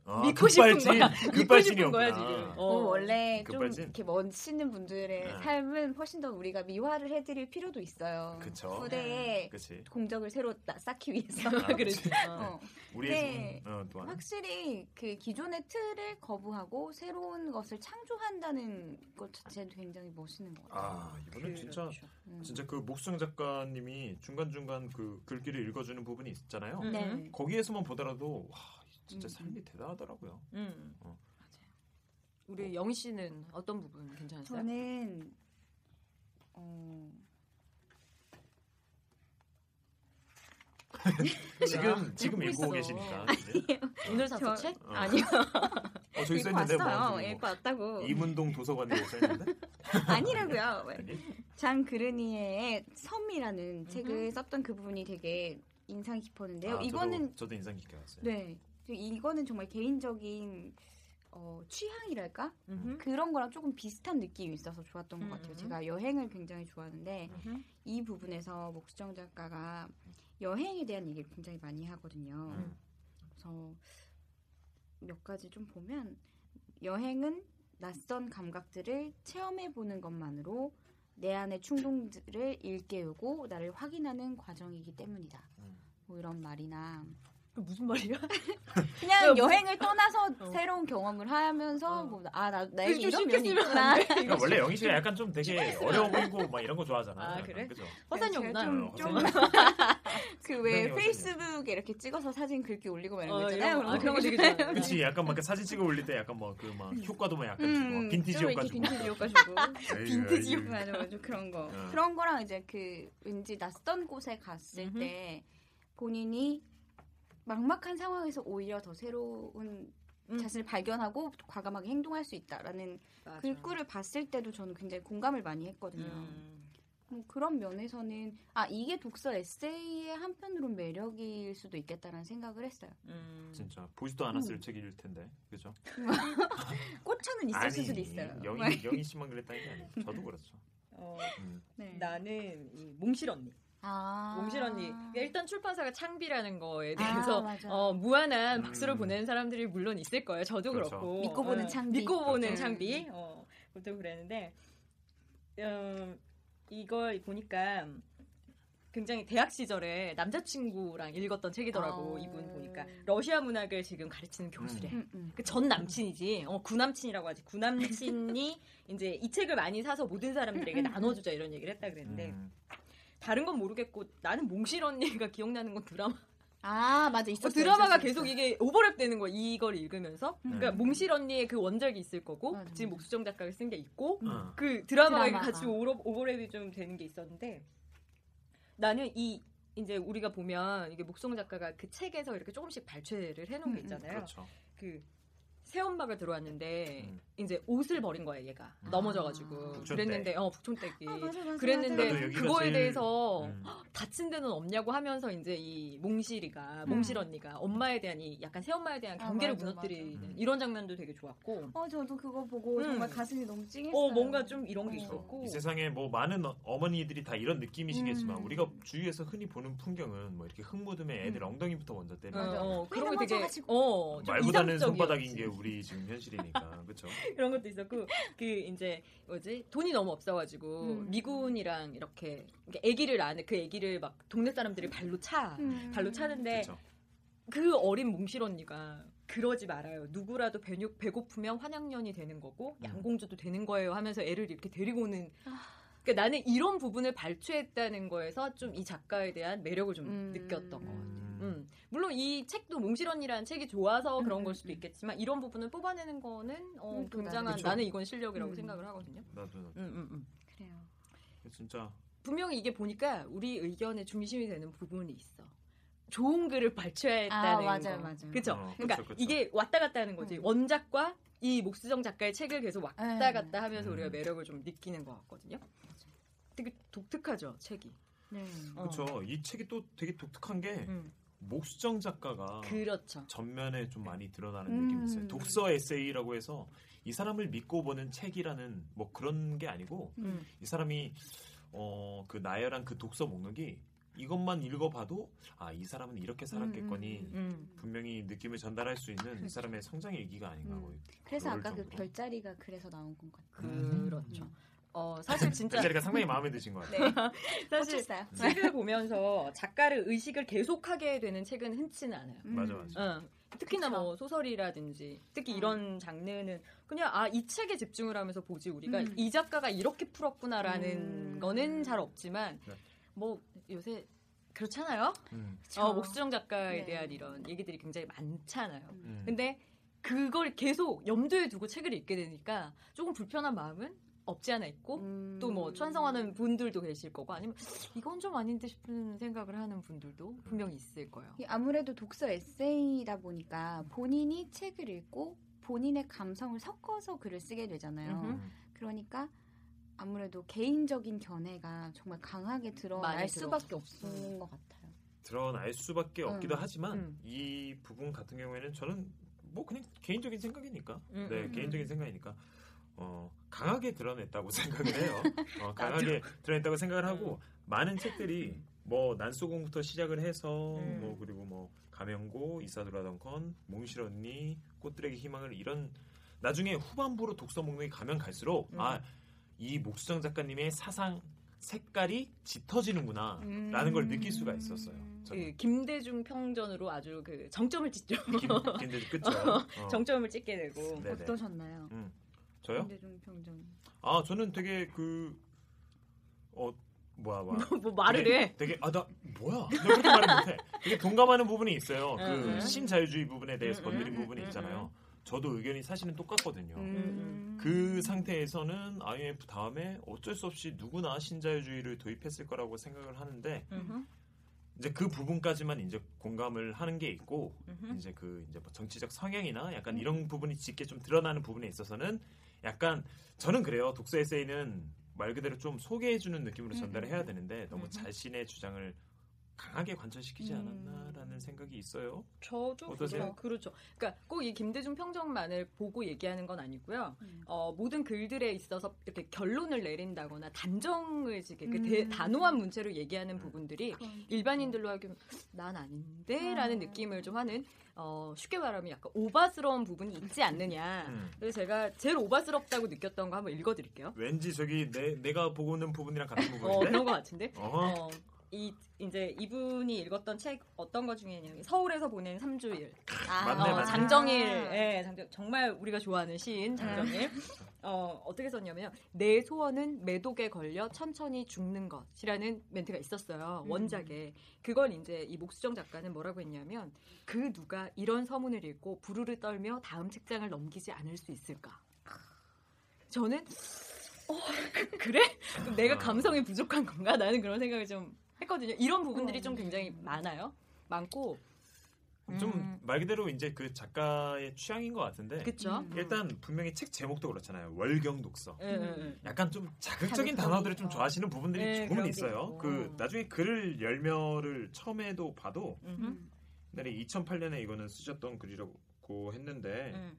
Speaker 4: 아,
Speaker 5: 믿고 싶은
Speaker 4: 급발진,
Speaker 5: 거야. 믿고 싶은 거야
Speaker 4: 급발진이었구나.
Speaker 5: 지금.
Speaker 3: 어, 원래 좀
Speaker 4: 급발진?
Speaker 3: 이렇게 멋있는 분들의
Speaker 4: 네. 지금
Speaker 3: 삶은 훨씬 더 우리가 미화를 해드릴 필요도 있어요.
Speaker 4: 그쵸.
Speaker 3: 후대에
Speaker 4: 그치.
Speaker 5: 네.
Speaker 3: 공적을 새로 따- 쌓기 위해서.
Speaker 4: 아,
Speaker 5: 그랬지. 어.
Speaker 3: 어.
Speaker 4: 우리의 네. 어, 또 하나.
Speaker 3: 확실히 그 기존의 틀을 거부하고 새로운 것을 창조한다는 것 자체도 굉장히 멋있는 것 같아요.
Speaker 4: 아
Speaker 5: 그
Speaker 4: 이거는 진짜
Speaker 5: 그렇죠.
Speaker 3: 음.
Speaker 4: 진짜 그 목수영 작가님이 중간 중간 그 글귀를 읽어주는 부분이 있잖아요.
Speaker 5: 음.
Speaker 3: 네.
Speaker 4: 거기에서만 보더라도 와 진짜
Speaker 3: 음.
Speaker 4: 삶이 대단하더라고요.
Speaker 5: 음.
Speaker 4: 어.
Speaker 5: 맞아요. 우리 영희 씨는 어떤 부분 괜찮았어요?
Speaker 3: 저는 어,
Speaker 4: 지금 지금
Speaker 5: 읽고
Speaker 4: 읽고
Speaker 5: 있어.
Speaker 4: 계시니까. 네.
Speaker 5: 오늘
Speaker 3: 저-
Speaker 5: 샀어 책?
Speaker 4: 어.
Speaker 5: 아니요.
Speaker 4: 어 저기
Speaker 3: 읽고
Speaker 4: 써있는데
Speaker 3: 왔어요.
Speaker 4: 뭐,
Speaker 3: 읽고 왔다고.
Speaker 4: 이문동 도서관에 써있는데.
Speaker 3: 아니라고요.
Speaker 4: 아니?
Speaker 3: 잔 그르니에의 섬이라는 책을
Speaker 5: 음흠.
Speaker 3: 썼던 그 부분이 되게 인상 깊었는데요.
Speaker 4: 아,
Speaker 3: 이거는
Speaker 4: 저도, 저도 인상 깊게 봤어요.
Speaker 3: 네, 이거는 정말 개인적인 어, 취향이랄까
Speaker 5: 음흠.
Speaker 3: 그런 거랑 조금 비슷한 느낌이 있어서 좋았던 것
Speaker 5: 음,
Speaker 3: 같아요.
Speaker 5: 음.
Speaker 3: 제가 여행을 굉장히 좋아하는데
Speaker 5: 음흠.
Speaker 3: 이 부분에서 목수정 작가가 여행에 대한 얘기를 굉장히 많이 하거든요.
Speaker 4: 음.
Speaker 3: 그래서 몇 가지 좀 보면 여행은 낯선 감각들을 체험해 보는 것만으로 내 안의 충동들을 일깨우고 나를 확인하는 과정이기 때문이다.
Speaker 4: 음.
Speaker 3: 뭐 이런 말이나
Speaker 5: 그 무슨 말이야?
Speaker 3: 그냥
Speaker 5: 야, 무슨-
Speaker 3: 여행을 떠나서
Speaker 5: 어.
Speaker 3: 새로운 경험을 하면서
Speaker 5: 어.
Speaker 3: 뭐, 아, 나, 나
Speaker 5: 그래서 좀
Speaker 3: 이런 면이
Speaker 5: 신경 쓰면
Speaker 3: 있구나.
Speaker 5: 안 돼.
Speaker 4: 그러니까 원래 영희 씨가 약간 좀 되게 어려워 보이고 막 이런 거 좋아하잖아요.
Speaker 5: 아,
Speaker 4: 약간,
Speaker 5: 그래?
Speaker 4: 그죠? 어,
Speaker 5: 화산이
Speaker 3: 제가
Speaker 5: 없나?
Speaker 3: 좀- 좀- 그 왜
Speaker 4: 분명히
Speaker 3: 페이스북에 이렇게 찍어서 사진 긁기 올리고 말는
Speaker 5: 어,
Speaker 3: 거 있잖아요.
Speaker 5: 이런 거. 아,
Speaker 3: 그런
Speaker 5: 그런
Speaker 3: 거
Speaker 5: 거 되게 좋아요.
Speaker 4: 그치 약간 막 이렇게 사진 찍어 올릴 때 약간 막 그 막 효과도 막 약간 주고 막 어, 빈티지
Speaker 3: 음. 좀
Speaker 4: 효과
Speaker 3: 이렇게
Speaker 4: 주고
Speaker 3: 빈티지 효과 주고
Speaker 4: 에이,
Speaker 3: 빈티지
Speaker 4: 에이.
Speaker 3: 효과 맞아 맞아 그런 거
Speaker 4: 어.
Speaker 3: 그런 거랑 이제 그 왠지 낯선 곳에 갔을
Speaker 5: 음흠.
Speaker 3: 때 본인이 막막한 상황에서 오히려 더 새로운
Speaker 5: 음.
Speaker 3: 자신을 발견하고 과감하게 행동할 수 있다라는 글귀를 봤을 때도 저는 굉장히 공감을 많이 했거든요.
Speaker 5: 음.
Speaker 3: 뭐 그런 면에서는 아 이게 독서 에세이의 한편으로 매력일 수도 있겠다라는 생각을 했어요.
Speaker 5: 음.
Speaker 4: 진짜 보지도 않았을
Speaker 3: 음.
Speaker 4: 책일 텐데 그죠?
Speaker 3: 꽃차는 있을 수도 있어요.
Speaker 5: 네.
Speaker 4: 영희 영희 씨만 그랬다는 게 아니고 저도 그렇죠.
Speaker 5: 어,
Speaker 4: 음.
Speaker 3: 네.
Speaker 5: 나는 이 몽실 언니.
Speaker 3: 아.
Speaker 5: 몽실 언니. 그러니까 일단 출판사가 창비라는 거에
Speaker 3: 아,
Speaker 5: 대해서
Speaker 3: 맞아.
Speaker 5: 어, 무한한
Speaker 4: 음.
Speaker 5: 박수를 보내는 사람들이 물론 있을 거예요. 저도 그
Speaker 4: 그렇죠.
Speaker 5: 렇고
Speaker 3: 믿고 보는 창비.
Speaker 5: 믿고 보는
Speaker 3: 그렇죠.
Speaker 5: 창비. 어, 보통 그랬는데 음, 이걸 보니까 굉장히 대학 시절에 남자친구랑 읽었던 책이더라고
Speaker 3: 어.
Speaker 5: 이분 보니까 러시아 문학을 지금 가르치는 교수래.
Speaker 3: 음, 음.
Speaker 5: 그 전 남친이지. 어, 구남친이라고 하지. 구남친이 이제 이 책을 많이 사서 모든
Speaker 3: 음,
Speaker 5: 사람들에게 나눠주자 이런 얘기를 했다 그랬는데
Speaker 4: 음.
Speaker 5: 다른 건 모르겠고 나는 몽실 언니가 기억나는 건 드라마.
Speaker 3: 아 맞아 있었어.
Speaker 5: 어, 드라마가 계속 이게 오버랩되는 거야. 이걸 읽으면서. 그러니까
Speaker 4: 음.
Speaker 5: 몽실 언니의 그 원작이 있을 거고
Speaker 3: 맞아,
Speaker 5: 지금
Speaker 3: 맞아.
Speaker 5: 목수정 작가가 쓴 게 있고
Speaker 4: 어.
Speaker 5: 그 드라마가
Speaker 3: 드라마가.
Speaker 5: 같이 오버- 오버랩이 좀 되는 게 있었는데 나는 이 이제 우리가 보면 이게 목수정 작가가 그 책에서 이렇게 조금씩 발췌를 해놓은
Speaker 3: 음,
Speaker 5: 게
Speaker 3: 음,
Speaker 5: 있잖아요.
Speaker 4: 그렇죠.
Speaker 5: 그 새엄마가 들어왔는데
Speaker 4: 음.
Speaker 5: 이제 옷을 버린 거야 얘가
Speaker 4: 음.
Speaker 5: 넘어져가지고
Speaker 4: 북촌
Speaker 5: 그랬는데 어 북촌댁이
Speaker 3: 아, 맞아, 맞아,
Speaker 5: 그랬는데
Speaker 4: 맞아. 여기가
Speaker 5: 그거에
Speaker 4: 제일-
Speaker 5: 대해서
Speaker 4: 음.
Speaker 5: 다친 데는 없냐고 하면서 이제 이 몽실이가
Speaker 3: 음.
Speaker 5: 몽실 언니가 엄마에 대한 이 약간 새엄마에 대한
Speaker 3: 아,
Speaker 5: 경계를
Speaker 3: 맞아,
Speaker 5: 무너뜨리는
Speaker 4: 맞아.
Speaker 5: 이런 장면도 되게 좋았고
Speaker 3: 어 저도 그거 보고
Speaker 5: 음.
Speaker 3: 정말 가슴이 너무 찡했어요.
Speaker 5: 어 뭔가 좀 이런 게
Speaker 3: 어.
Speaker 5: 있었고
Speaker 4: 이 세상에 뭐 많은 어- 어머니들이 다 이런 느낌이시겠지만
Speaker 3: 음.
Speaker 4: 우리가 주위에서 흔히 보는 풍경은 뭐 이렇게 흙 묻으면 애들
Speaker 3: 음.
Speaker 4: 엉덩이부터 먼저 때리고
Speaker 3: 맞아.
Speaker 5: 어, 그런 게 되게
Speaker 3: 넘어져가지고.
Speaker 5: 어좀
Speaker 4: 말고 다는 손바닥인
Speaker 5: 이상적이었지.
Speaker 4: 게 우리 지금 현실이니까 그렇죠.
Speaker 5: 그런 것도 있었고 그 이제 뭐지 돈이 너무 없어가지고
Speaker 3: 음.
Speaker 5: 미군이랑 이렇게 그러니까 아기를 낳는 그 아기를 막 동네 사람들이 발로 차
Speaker 3: 음.
Speaker 5: 발로 차는데
Speaker 4: 그렇죠.
Speaker 5: 그 어린 몽실 언니가 그러지 말아요 누구라도 배, 배고프면 환양년이 되는 거고
Speaker 4: 음.
Speaker 5: 양공주도 되는 거예요 하면서 애를 이렇게 데리고 오는
Speaker 3: 아.
Speaker 5: 그러니까 나는 이런 부분을 발췌했다는 거에서 좀 이 작가에 대한 매력을 좀
Speaker 3: 음.
Speaker 5: 느꼈던 것 같아요.
Speaker 4: 음.
Speaker 5: 음. 물론 이 책도 몽실 언니라는 책이 좋아서 그런 걸
Speaker 3: 음,
Speaker 5: 수도
Speaker 3: 음.
Speaker 5: 있겠지만 이런 부분을 뽑아내는 거는 어,
Speaker 3: 음, 또
Speaker 5: 굉장한
Speaker 3: 나름.
Speaker 5: 나는 이건 실력이라고
Speaker 3: 음.
Speaker 5: 생각을 하거든요.
Speaker 4: 나도 나도.
Speaker 5: 음, 음, 음.
Speaker 3: 그래요.
Speaker 4: 진짜
Speaker 5: 분명히 이게 보니까 우리 의견의 중심이 되는 부분이 있어. 좋은 글을 발췌했다는
Speaker 3: 아, 맞아요,
Speaker 5: 거.
Speaker 3: 맞아요.
Speaker 5: 그쵸?
Speaker 4: 어,
Speaker 5: 그러니까
Speaker 4: 그쵸, 그쵸.
Speaker 5: 이게 왔다 갔다 하는 거지.
Speaker 3: 음.
Speaker 5: 원작과 이 목수정 작가의 책을 계속 왔다
Speaker 3: 네.
Speaker 5: 갔다 하면서
Speaker 2: 음.
Speaker 5: 우리가 매력을 좀 느끼는 것 같거든요. 되게 독특하죠 책이.
Speaker 3: 네.
Speaker 5: 어.
Speaker 4: 그렇죠. 이 책이 또 되게 독특한 게
Speaker 5: 음.
Speaker 4: 목수정 작가가
Speaker 5: 그렇죠.
Speaker 4: 전면에 좀 많이 드러나는
Speaker 3: 음.
Speaker 4: 느낌이 있어요. 독서 에세이라고 해서 이 사람을 믿고 보는 책이라는 뭐 그런 게 아니고
Speaker 5: 음.
Speaker 4: 이 사람이 어 그 나열한 그 독서 목록이 이것만 읽어봐도 아 이 사람은 이렇게 살았겠거니
Speaker 3: 음,
Speaker 5: 음. 그렇죠.
Speaker 4: 분명히 느낌을 전달할 수 있는 이 사람의 성장 얘기가 아닌가
Speaker 5: 음.
Speaker 4: 뭐
Speaker 3: 그래서
Speaker 4: 그럴
Speaker 3: 아까 그
Speaker 4: 정도로.
Speaker 3: 별자리가 그래서 나온 건 같아요.
Speaker 5: 그렇죠. 어 사실 진짜
Speaker 4: 별자리가 상당히 마음에 드신 것 같아요.
Speaker 5: 사실
Speaker 3: 꽂혔어요.
Speaker 5: 책을 보면서 작가를 의식을 계속하게 되는 책은 흔치는 않아요.
Speaker 3: 음.
Speaker 4: 맞아 맞아.
Speaker 5: 어, 특히나
Speaker 3: 그쵸.
Speaker 5: 뭐 소설이라든지 특히
Speaker 3: 음.
Speaker 5: 이런 장르는 그냥 아 이 책에 집중을 하면서 보지 우리가
Speaker 3: 음.
Speaker 5: 이 작가가 이렇게 풀었구나라는
Speaker 3: 음.
Speaker 5: 거는 잘 없지만
Speaker 4: 네.
Speaker 5: 뭐 요새 그렇잖아요.
Speaker 4: 음,
Speaker 3: 그쵸.
Speaker 5: 어, 목수정 작가에
Speaker 3: 네.
Speaker 5: 대한 이런 얘기들이 굉장히 많잖아요.
Speaker 4: 음.
Speaker 5: 근데 그걸 계속 염두에 두고 책을 읽게 되니까 조금 불편한 마음은 없지 않아 있고
Speaker 3: 음.
Speaker 5: 또 뭐 찬성하는 분들도 계실 거고 아니면 이건 좀 아닌데 싶은 생각을 하는 분들도 분명히 있을 거예요.
Speaker 3: 이 아무래도 독서 에세이다 보니까 본인이 책을 읽고 본인의 감성을 섞어서 글을 쓰게 되잖아요.
Speaker 5: 음흠.
Speaker 4: 음.
Speaker 3: 그러니까 아무래도 개인적인 견해가 정말 강하게
Speaker 5: 많이
Speaker 3: 드러날 수밖에 없는 것 같아요.
Speaker 4: 드러날 수밖에 없기도
Speaker 3: 음.
Speaker 4: 하지만
Speaker 5: 음.
Speaker 4: 이 부분 같은 경우에는 저는 뭐 그냥 개인적인 생각이니까
Speaker 5: 음,
Speaker 4: 네
Speaker 5: 음,
Speaker 4: 개인적인 생각이니까 어 강하게 드러냈다고 생각을 해요 어, 강하게 드러냈다고 생각을 하고
Speaker 5: 음.
Speaker 4: 많은 책들이 뭐 난소공부터 시작을 해서
Speaker 5: 음.
Speaker 4: 뭐 그리고 뭐 가명고 이사도라 던컨 몽실 언니 꽃들에게 희망을 이런 나중에 후반부로 독서 목록이 가면 갈수록
Speaker 5: 음.
Speaker 4: 아 이 목수정 작가님의 사상 색깔이 짙어지는구나
Speaker 5: 음.
Speaker 4: 라는 걸 느낄 수가 있었어요. 저는.
Speaker 5: 그 김대중 평전으로 아주 그 정점을 찍죠.
Speaker 4: 김- 김대중 그쵸? 어.
Speaker 5: 정점을 찍게 되고
Speaker 4: 네네.
Speaker 3: 어떠셨나요?
Speaker 4: 음. 저요?
Speaker 3: 김대중 평정.
Speaker 4: 아 저는 되게 그 어. 뭐야 뭐야
Speaker 5: 뭐 말을
Speaker 4: 되게,
Speaker 5: 해.
Speaker 4: 되게 아 나 뭐야 나 그렇게 말을 못해 되게 동감하는 부분이 있어요
Speaker 5: 음, 음.
Speaker 4: 그 신자유주의 부분에 대해서
Speaker 5: 음,
Speaker 4: 건드린
Speaker 5: 음,
Speaker 4: 부분이
Speaker 5: 음,
Speaker 4: 있잖아요 저도 의견이 사실은 똑같거든요
Speaker 5: 음.
Speaker 4: 그 상태에서는 IMF 다음에 어쩔 수 없이 누구나 신자유주의를 도입했을 거라고 생각을 하는데
Speaker 5: 음흠,
Speaker 4: 이제 그 부분까지만 이제 공감을 하는 게 있고
Speaker 5: 음흠. 음.
Speaker 4: 이제 그 이제 뭐 정치적 성향이나 약간 이런 부분이 짙게 좀 드러나는 부분에 있어서는 약간 저는 그래요 독서 에세이는 말 그대로 좀 소개해주는 느낌으로
Speaker 5: 음,
Speaker 4: 전달을 해야 되는데 너무 자신의 주장을 강하게 관철시키지
Speaker 5: 음.
Speaker 4: 않았나라는 생각이 있어요.
Speaker 5: 저도
Speaker 4: 어떠세요?
Speaker 5: 그렇죠. 그렇죠. 그러니까 꼭 이 김대중 평정만을 보고 얘기하는 건 아니고요.
Speaker 3: 음.
Speaker 5: 어, 모든 글들에 있어서 이렇게 결론을 내린다거나 단정을 지게 그
Speaker 3: 음.
Speaker 5: 대- 단호한 문체로 얘기하는 부분들이
Speaker 3: 그런-
Speaker 5: 일반인들로 하기면 난 아닌데라는
Speaker 3: 음.
Speaker 5: 느낌을 좀 하는 어, 쉽게 말하면 약간 오바스러운 부분이 있지 않느냐.
Speaker 4: 음.
Speaker 5: 그래서 제가 제일 오바스럽다고 느꼈던 거 한번 읽어드릴게요.
Speaker 4: 왠지 저기 내, 내가 보고 있는 부분이랑 같은
Speaker 5: 어,
Speaker 4: 부분인데.
Speaker 5: 그런 것 같은데.
Speaker 4: 네. 어허.
Speaker 5: 어, 이 이제 이분이 읽었던 책 어떤 거 중에냐면 서울에서 보낸 3주일.
Speaker 3: 아,
Speaker 4: 맞네,
Speaker 5: 어,
Speaker 4: 맞네.
Speaker 5: 장정일, 예, 장정- 정말 우리가 좋아하는 시인 장정일. 어, 어떻게 썼냐면 내 소원은 매독에 걸려 천천히 죽는 것이라는 멘트가 있었어요
Speaker 3: 음.
Speaker 5: 원작에. 그걸 이제 이 목수정 작가는 뭐라고 했냐면 그 누가 이런 서문을 읽고 부르르 떨며 다음 책장을 넘기지 않을 수 있을까. 저는 어, 그래? 그럼 내가 감성이 부족한 건가? 나는 그런 생각을 좀 했거든요. 이런
Speaker 3: 어.
Speaker 5: 부분들이 좀 굉장히 많아요. 많고
Speaker 4: 좀 말 그대로 이제 그 작가의 취향인 것 같은데
Speaker 5: 음. 그쵸?
Speaker 3: 음.
Speaker 4: 일단 분명히 책 제목도 그렇잖아요. 월경 독서.
Speaker 5: 예, 예, 예.
Speaker 4: 약간 좀 자극적인
Speaker 3: 자극적인
Speaker 4: 단어들을 좀
Speaker 3: 어.
Speaker 4: 좋아하시는 부분들이
Speaker 5: 네, 그런
Speaker 4: 조금은
Speaker 5: 게
Speaker 4: 있어요.
Speaker 5: 있고.
Speaker 4: 그 나중에 글을 열멸을 처음에도 봐도
Speaker 5: 음.
Speaker 4: 옛날에 2008년에 이거는 쓰셨던 글이라고 했는데
Speaker 5: 음.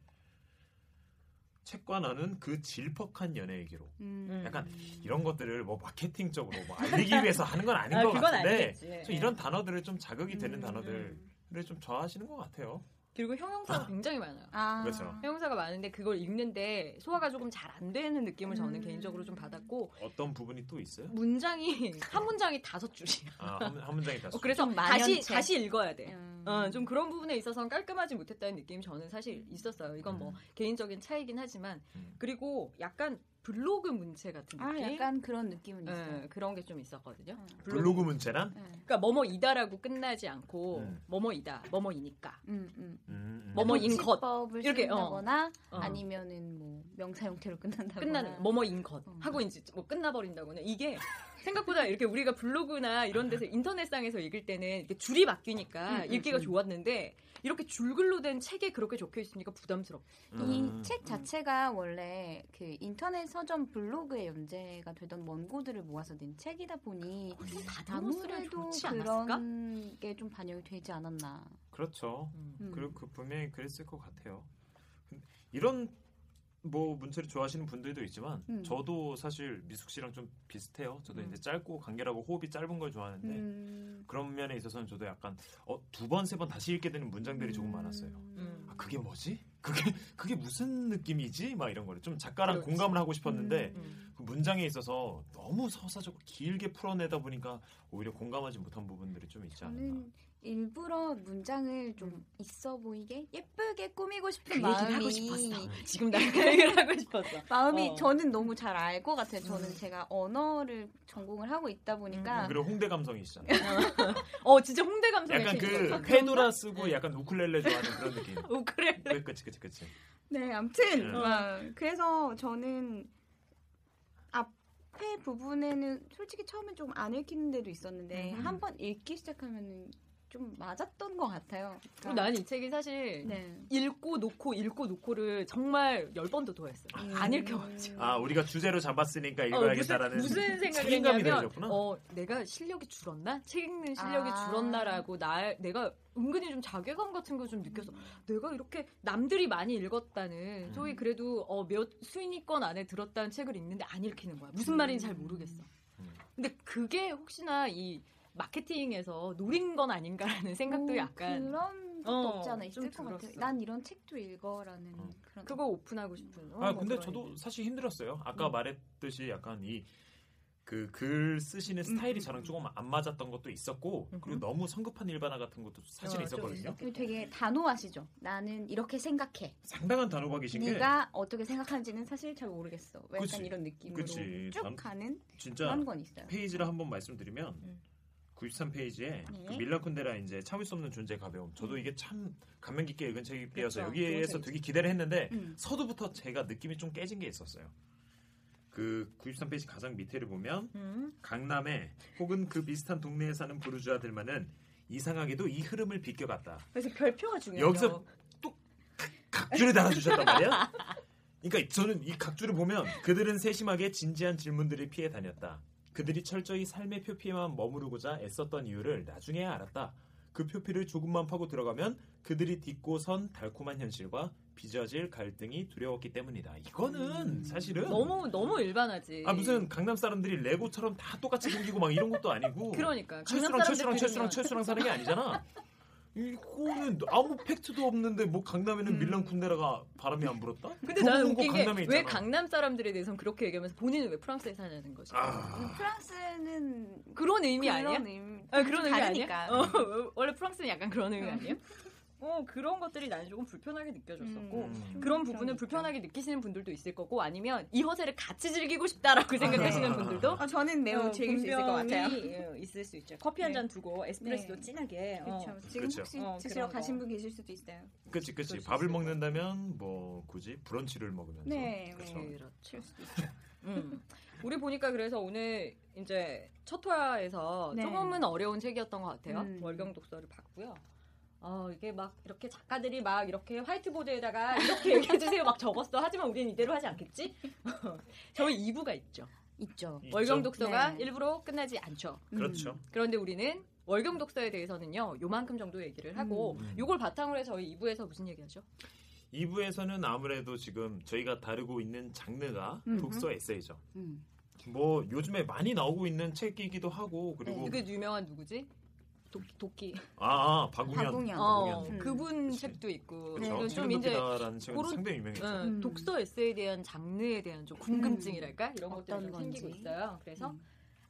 Speaker 4: 책과 나는 그 질퍽한 연애 얘기로
Speaker 3: 음.
Speaker 4: 약간 이런 것들을 뭐 마케팅적으로 뭐 알리기 위해서 하는 건 아닌
Speaker 5: 아,
Speaker 4: 것
Speaker 5: 그건
Speaker 4: 같은데
Speaker 5: 아니겠지. 예.
Speaker 4: 좀 이런 단어들을 좀 자극이 되는
Speaker 3: 음.
Speaker 4: 단어들을 좀 좋아하시는 것 같아요.
Speaker 5: 그리고 형용사가 굉장히 많아요.
Speaker 3: 아.
Speaker 4: 그렇죠.
Speaker 5: 형용사가 많은데 그걸 읽는데 소화가 조금 잘 안 되는 느낌을 저는
Speaker 3: 음.
Speaker 5: 개인적으로 좀 받았고
Speaker 4: 어떤 부분이 또 있어요?
Speaker 5: 문장이 한 문장이 다섯 줄이야.
Speaker 4: 아, 한, 한 문장이 다.
Speaker 5: 어, 그래서
Speaker 3: 좀
Speaker 5: 다시
Speaker 3: 만연체.
Speaker 5: 다시 읽어야 돼.
Speaker 3: 음.
Speaker 5: 어, 좀 그런 부분에 있어서는 깔끔하지 못했다는 느낌이 저는 사실 있었어요. 이건 뭐 개인적인 차이긴 하지만
Speaker 4: 음.
Speaker 5: 그리고 약간 블로그 문체 같은
Speaker 3: 아,
Speaker 5: 느낌
Speaker 3: 약간 그런 느낌은
Speaker 5: 예,
Speaker 3: 있어요.
Speaker 5: 그런 게 좀 있었거든요.
Speaker 3: 음.
Speaker 4: 블로그 문체란?
Speaker 3: 네.
Speaker 5: 그러니까 뭐뭐이다라고 끝나지 않고
Speaker 4: 음.
Speaker 5: 뭐뭐이다, 뭐뭐이니까
Speaker 3: 음, 음.
Speaker 4: 음, 음.
Speaker 5: 뭐뭐 뭐뭐인 것.
Speaker 3: 법을
Speaker 5: 이렇게, 어.
Speaker 3: 쓴다거나
Speaker 5: 어.
Speaker 3: 아니면은 뭐 명사 형태로 끝난다거나
Speaker 5: 끝나는 뭐뭐인 것
Speaker 3: 음.
Speaker 5: 하고 이제 뭐 끝나버린다거나 이게 생각보다 이렇게 우리가 블로그나 이런 데서 인터넷상에서 읽을 때는 이렇게 줄이 바뀌니까
Speaker 3: 음,
Speaker 5: 읽기가
Speaker 3: 음.
Speaker 5: 좋았는데 이렇게 줄글로 된 책에 그렇게 적혀 있으니까 부담스럽고
Speaker 3: 이
Speaker 4: 음.
Speaker 3: 책 자체가 원래 그 인터넷 서점 블로그에 연재가 되던 원고들을 모아서 낸 책이다 보니 음.
Speaker 5: 다
Speaker 3: 아무래도 그런 게 좀 반영이 되지 않았나.
Speaker 4: 그렇죠.
Speaker 3: 음.
Speaker 4: 그리고 그 분명히 그랬을 것 같아요. 근- 이런 뭐 문체를 좋아하시는 분들도 있지만
Speaker 3: 음.
Speaker 4: 저도 사실 미숙 씨랑 좀 비슷해요. 저도
Speaker 3: 음.
Speaker 4: 이제 짧고 간결하고 호흡이 짧은 걸 좋아하는데
Speaker 3: 음.
Speaker 4: 그런 면에 있어서는 저도 약간 어, 두 번 세 번 다시 읽게 되는 문장들이 조금 많았어요.
Speaker 5: 음.
Speaker 4: 아, 그게 뭐지? 그게 그게 무슨 느낌이지? 막 이런 거를 좀 작가랑
Speaker 5: 그렇지.
Speaker 4: 공감을 하고 싶었는데
Speaker 5: 음.
Speaker 4: 그 문장에 있어서 너무 서사적으로 길게 풀어내다 보니까 오히려 공감하지 못한 부분들이 좀 있지 않나.
Speaker 3: 저는 일부러 문장을 좀 있어 보이게 예쁘게 꾸미고 싶은
Speaker 5: 음. 그
Speaker 3: 마음이
Speaker 5: 얘기를 하고 싶었어. 지금 나그 얘기를 하고 싶었어.
Speaker 3: 마음이
Speaker 5: 어.
Speaker 3: 저는 너무 잘 알 것 같아요. 저는
Speaker 5: 음.
Speaker 3: 제가 언어를 전공을 하고 있다 보니까
Speaker 4: 그리고 홍대 감성이시잖아요.
Speaker 5: 어 진짜 홍대 감성이
Speaker 4: 약간
Speaker 5: 생겼어.
Speaker 4: 그 페도라 쓰고 약간 우쿨렐레 좋아하는 그런 느낌.
Speaker 5: 어, 그래.
Speaker 4: 그- 그치 그치 그치.
Speaker 3: 네, 아무튼
Speaker 5: 음.
Speaker 4: 네.
Speaker 3: 막 그래서 저는 앞에 부분에는 솔직히 처음엔 조금 안 읽히는 데도 있었는데
Speaker 5: 음.
Speaker 3: 한번 읽기 시작하면은 좀 맞았던 것 같아요.
Speaker 5: 그리고 난이 책이 사실
Speaker 3: 네.
Speaker 5: 읽고 놓고 읽고 놓고를 정말 열 번도 더 했어요. 안 읽혀가지고.
Speaker 4: 아 우리가 주제로 잡았으니까
Speaker 5: 어,
Speaker 4: 읽어야겠다라는
Speaker 5: 무슨, 무슨 생각을
Speaker 4: 책임감이
Speaker 5: 했냐면
Speaker 4: 들어졌구나.
Speaker 5: 어, 내가 실력이 줄었나? 책 읽는 실력이
Speaker 3: 아.
Speaker 5: 줄었나라고 나 내가 은근히 좀 자괴감 같은 걸 좀 느껴서 내가 이렇게 남들이 많이 읽었다는
Speaker 4: 음.
Speaker 5: 소위 그래도 어, 몇 수인위권 안에 들었다는 책을 읽는데 안 읽히는 거야. 무슨 말인지 잘 모르겠어.
Speaker 4: 음.
Speaker 5: 근데 그게 혹시나 이 마케팅에서 노린 건 아닌가라는 생각도
Speaker 3: 오,
Speaker 5: 약간
Speaker 3: 그런 것도
Speaker 5: 어,
Speaker 3: 없지 않아
Speaker 5: 좀
Speaker 3: 있을 것 같아요.
Speaker 5: 들었어.
Speaker 3: 난 이런 책도 읽어라는
Speaker 4: 음.
Speaker 3: 그런
Speaker 5: 그거 오픈하고 싶은. 어,
Speaker 4: 아 근데
Speaker 5: 뭐
Speaker 4: 저도
Speaker 5: 그런
Speaker 4: 사실 힘들었어요. 아까
Speaker 5: 음.
Speaker 4: 말했듯이 약간 이 그 글 쓰시는 스타일이 저랑 조금 안 맞았던 것도 있었고 그리고
Speaker 5: 음.
Speaker 4: 너무 성급한 일반화 같은 것도 사실
Speaker 5: 어, 좀
Speaker 4: 있었거든요.
Speaker 5: 있었겠다.
Speaker 3: 그리고 되게 단호하시죠. 나는 이렇게 생각해.
Speaker 4: 상당한 단호박이신 게
Speaker 3: 네가 어떻게 생각하는지는 사실 잘 모르겠어. 약간
Speaker 4: 그치.
Speaker 3: 이런 느낌으로
Speaker 4: 그치.
Speaker 3: 쭉
Speaker 4: 단-
Speaker 3: 가는
Speaker 4: 진짜
Speaker 3: 그런 건 있어요.
Speaker 4: 페이지를 한번 말씀드리면
Speaker 3: 음.
Speaker 4: 93페이지에 그
Speaker 3: 네.
Speaker 4: 밀라 쿤데라 이제 참을 수 없는 존재의 가벼움. 저도 이게 참 감명 깊게 읽은 책이어서
Speaker 5: 그렇죠. 좋은
Speaker 4: 여기에서
Speaker 5: 책이죠.
Speaker 4: 되게 기대를 했는데
Speaker 3: 음.
Speaker 4: 서두부터 제가 느낌이 좀 깨진 게 있었어요. 그 93페이지 가장 밑에를 보면
Speaker 5: 음.
Speaker 4: 강남에 혹은 그 비슷한 동네에 사는 부르주아들만은 이상하게도 이 흐름을 비껴갔다.
Speaker 5: 그래서 별표가 중요해요.
Speaker 4: 여기서 각주를 달아주셨단 말이야. 그러니까 저는 이 각주를 보면 그들은 세심하게 진지한 질문들을 피해 다녔다. 그들이 철저히 삶의 표피에만 머무르고자 애썼던 이유를 나중에야 알았다. 그 표피를 조금만 파고 들어가면 그들이 딛고 선 달콤한 현실과 빚어질 갈등이 두려웠기 때문이다. 이거는 사실은
Speaker 5: 너무 너무 일반하지.
Speaker 4: 아 무슨 강남 사람들이 레고처럼 다 똑같이 생기고 막 이런 것도 아니고
Speaker 5: 그러니까
Speaker 4: 철수랑
Speaker 5: 강남
Speaker 4: 철수랑
Speaker 5: 사람들
Speaker 4: 철수랑
Speaker 5: 들으면-
Speaker 4: 철수랑 사는 게 아니잖아. 이거는 아무 팩트도 없는데 뭐 강남에는 밀란 쿤데라가 바람이 안 불었다?
Speaker 5: 근데
Speaker 4: 그거
Speaker 5: 나는
Speaker 4: 보고
Speaker 5: 웃긴 게
Speaker 4: 강남에
Speaker 5: 왜
Speaker 4: 있잖아.
Speaker 5: 강남 사람들에 대해서는 그렇게 얘기하면서 본인은 왜 프랑스에 사냐는 거지.
Speaker 4: 아,
Speaker 3: 프랑스는
Speaker 5: 그런 의미
Speaker 3: 그런
Speaker 5: 아니야?
Speaker 3: 의미-
Speaker 5: 아, 그런 의미
Speaker 3: 다르니까. 음,
Speaker 5: 아니야? 어, 원래 프랑스는 약간 그런 의미 아니야? 어 그런 것들이 나는 조금 불편하게 느껴졌었고
Speaker 4: 음.
Speaker 5: 그런 부분을 불편하게 느끼시는 분들도 있을 거고 아니면 이 허세를 같이 즐기고 싶다라고 생각하시는 분들도
Speaker 3: 아, 저는 매우
Speaker 5: 어,
Speaker 3: 즐길 수 있을 것 같아요.
Speaker 5: 분명히, 어, 있을 수 있죠. 커피 한
Speaker 3: 네.
Speaker 5: 잔 두고 에스프레소도
Speaker 3: 네.
Speaker 5: 진하게. 어.
Speaker 3: 그렇죠. 지금
Speaker 4: 그쵸.
Speaker 3: 혹시
Speaker 5: 어,
Speaker 3: 드시러
Speaker 5: 그런 거.
Speaker 3: 가신 분 계실 수도 있어요.
Speaker 4: 그치 그치
Speaker 5: 그럴 수
Speaker 4: 밥을
Speaker 5: 있을 것
Speaker 4: 먹는다면 뭐 굳이 브런치를 먹으면서
Speaker 3: 네,
Speaker 4: 그쵸.
Speaker 3: 뭐.
Speaker 5: 그렇죠. 음. 우리 보니까 그래서 오늘 이제 첫 화에서
Speaker 3: 네.
Speaker 5: 조금은 어려운 책이었던 것 같아요.
Speaker 3: 음.
Speaker 5: 월경 독서를 봤고요. 어, 이게 막 이렇게 작가들이 막 이렇게 화이트보드에다가 이렇게 얘기해주세요 막 적었어. 하지만 우린 이대로 하지 않겠지? 저희 2부가 있죠.
Speaker 3: 있죠.
Speaker 4: 있죠?
Speaker 5: 월경 독서가
Speaker 3: 네.
Speaker 5: 일부러 끝나지 않죠.
Speaker 4: 그렇죠.
Speaker 5: 그런데 우리는 월경 독서에 대해서는요, 요만큼 정도 얘기를 하고,
Speaker 4: 음.
Speaker 5: 요걸 바탕으로 해서 저희 2부에서 무슨 얘기하죠?
Speaker 4: 2부에서는 아무래도 지금 저희가 다루고 있는 장르가
Speaker 3: 음.
Speaker 4: 독서 에세이죠.
Speaker 3: 음.
Speaker 4: 뭐 요즘에 많이 나오고 있는 책이기도 하고 그리고
Speaker 3: 어.
Speaker 5: 그 유명한 누구지? 도, 도끼.
Speaker 4: 아, 아 박웅현
Speaker 3: 박웅현.
Speaker 5: 어,
Speaker 4: 박웅현.
Speaker 3: 음.
Speaker 5: 그분
Speaker 4: 그치.
Speaker 5: 책도 있고
Speaker 4: 그렇죠.
Speaker 5: 네, 그래서 좀 이제
Speaker 4: 라는 책은
Speaker 5: 그런-
Speaker 4: 상당히 유명했죠.
Speaker 5: 어,
Speaker 3: 음.
Speaker 5: 독서 에세이에 대한 장르에 대한 좀 궁금증이랄까 이런 것들이
Speaker 3: 어떤
Speaker 5: 좀 생기고
Speaker 3: 건지.
Speaker 5: 있어요. 그래서
Speaker 3: 음.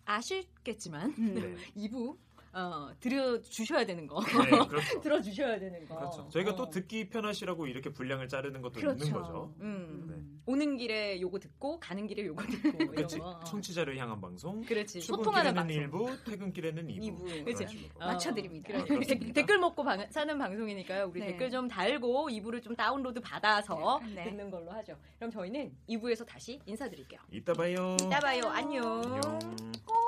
Speaker 5: 아쉽겠지만
Speaker 4: 네.
Speaker 5: 2부 어, 들어주셔야 되는 거
Speaker 4: 네, 그렇죠.
Speaker 5: 들어주셔야 되는 거.
Speaker 4: 그렇죠. 저희가
Speaker 5: 어.
Speaker 4: 또 듣기 편하시라고 이렇게 분량을 자르는 것도 있는 거죠. 네.
Speaker 3: 그렇죠.
Speaker 5: 음.
Speaker 3: 음.
Speaker 5: 오는 길에 요거 듣고 가는 길에 요거 듣고 이런
Speaker 4: 그렇지.
Speaker 5: 거.
Speaker 4: 청취자를 향한 방송.
Speaker 5: 그렇지. 그렇죠. 어. 소통하는
Speaker 4: 출근길에는
Speaker 5: 방송.
Speaker 4: 일부, 퇴근길에는 이부.
Speaker 3: 이부.
Speaker 4: 그런
Speaker 5: 그치.
Speaker 4: 식으로. 아,
Speaker 5: 어.
Speaker 3: 맞춰드립니다.
Speaker 5: 그래.
Speaker 4: 그렇습니다.
Speaker 5: 댓- 댓글 먹고 방- 사는 방송이니까요. 우리
Speaker 3: 네.
Speaker 5: 댓글 좀 달고 2부를 좀 다운로드 받아서
Speaker 3: 네.
Speaker 5: 듣는 걸로 하죠. 그럼 저희는 2부에서 다시 인사드릴게요.
Speaker 4: 이따 봐요.
Speaker 5: 이따 봐요. 안녕.
Speaker 4: 안녕.
Speaker 3: 꼭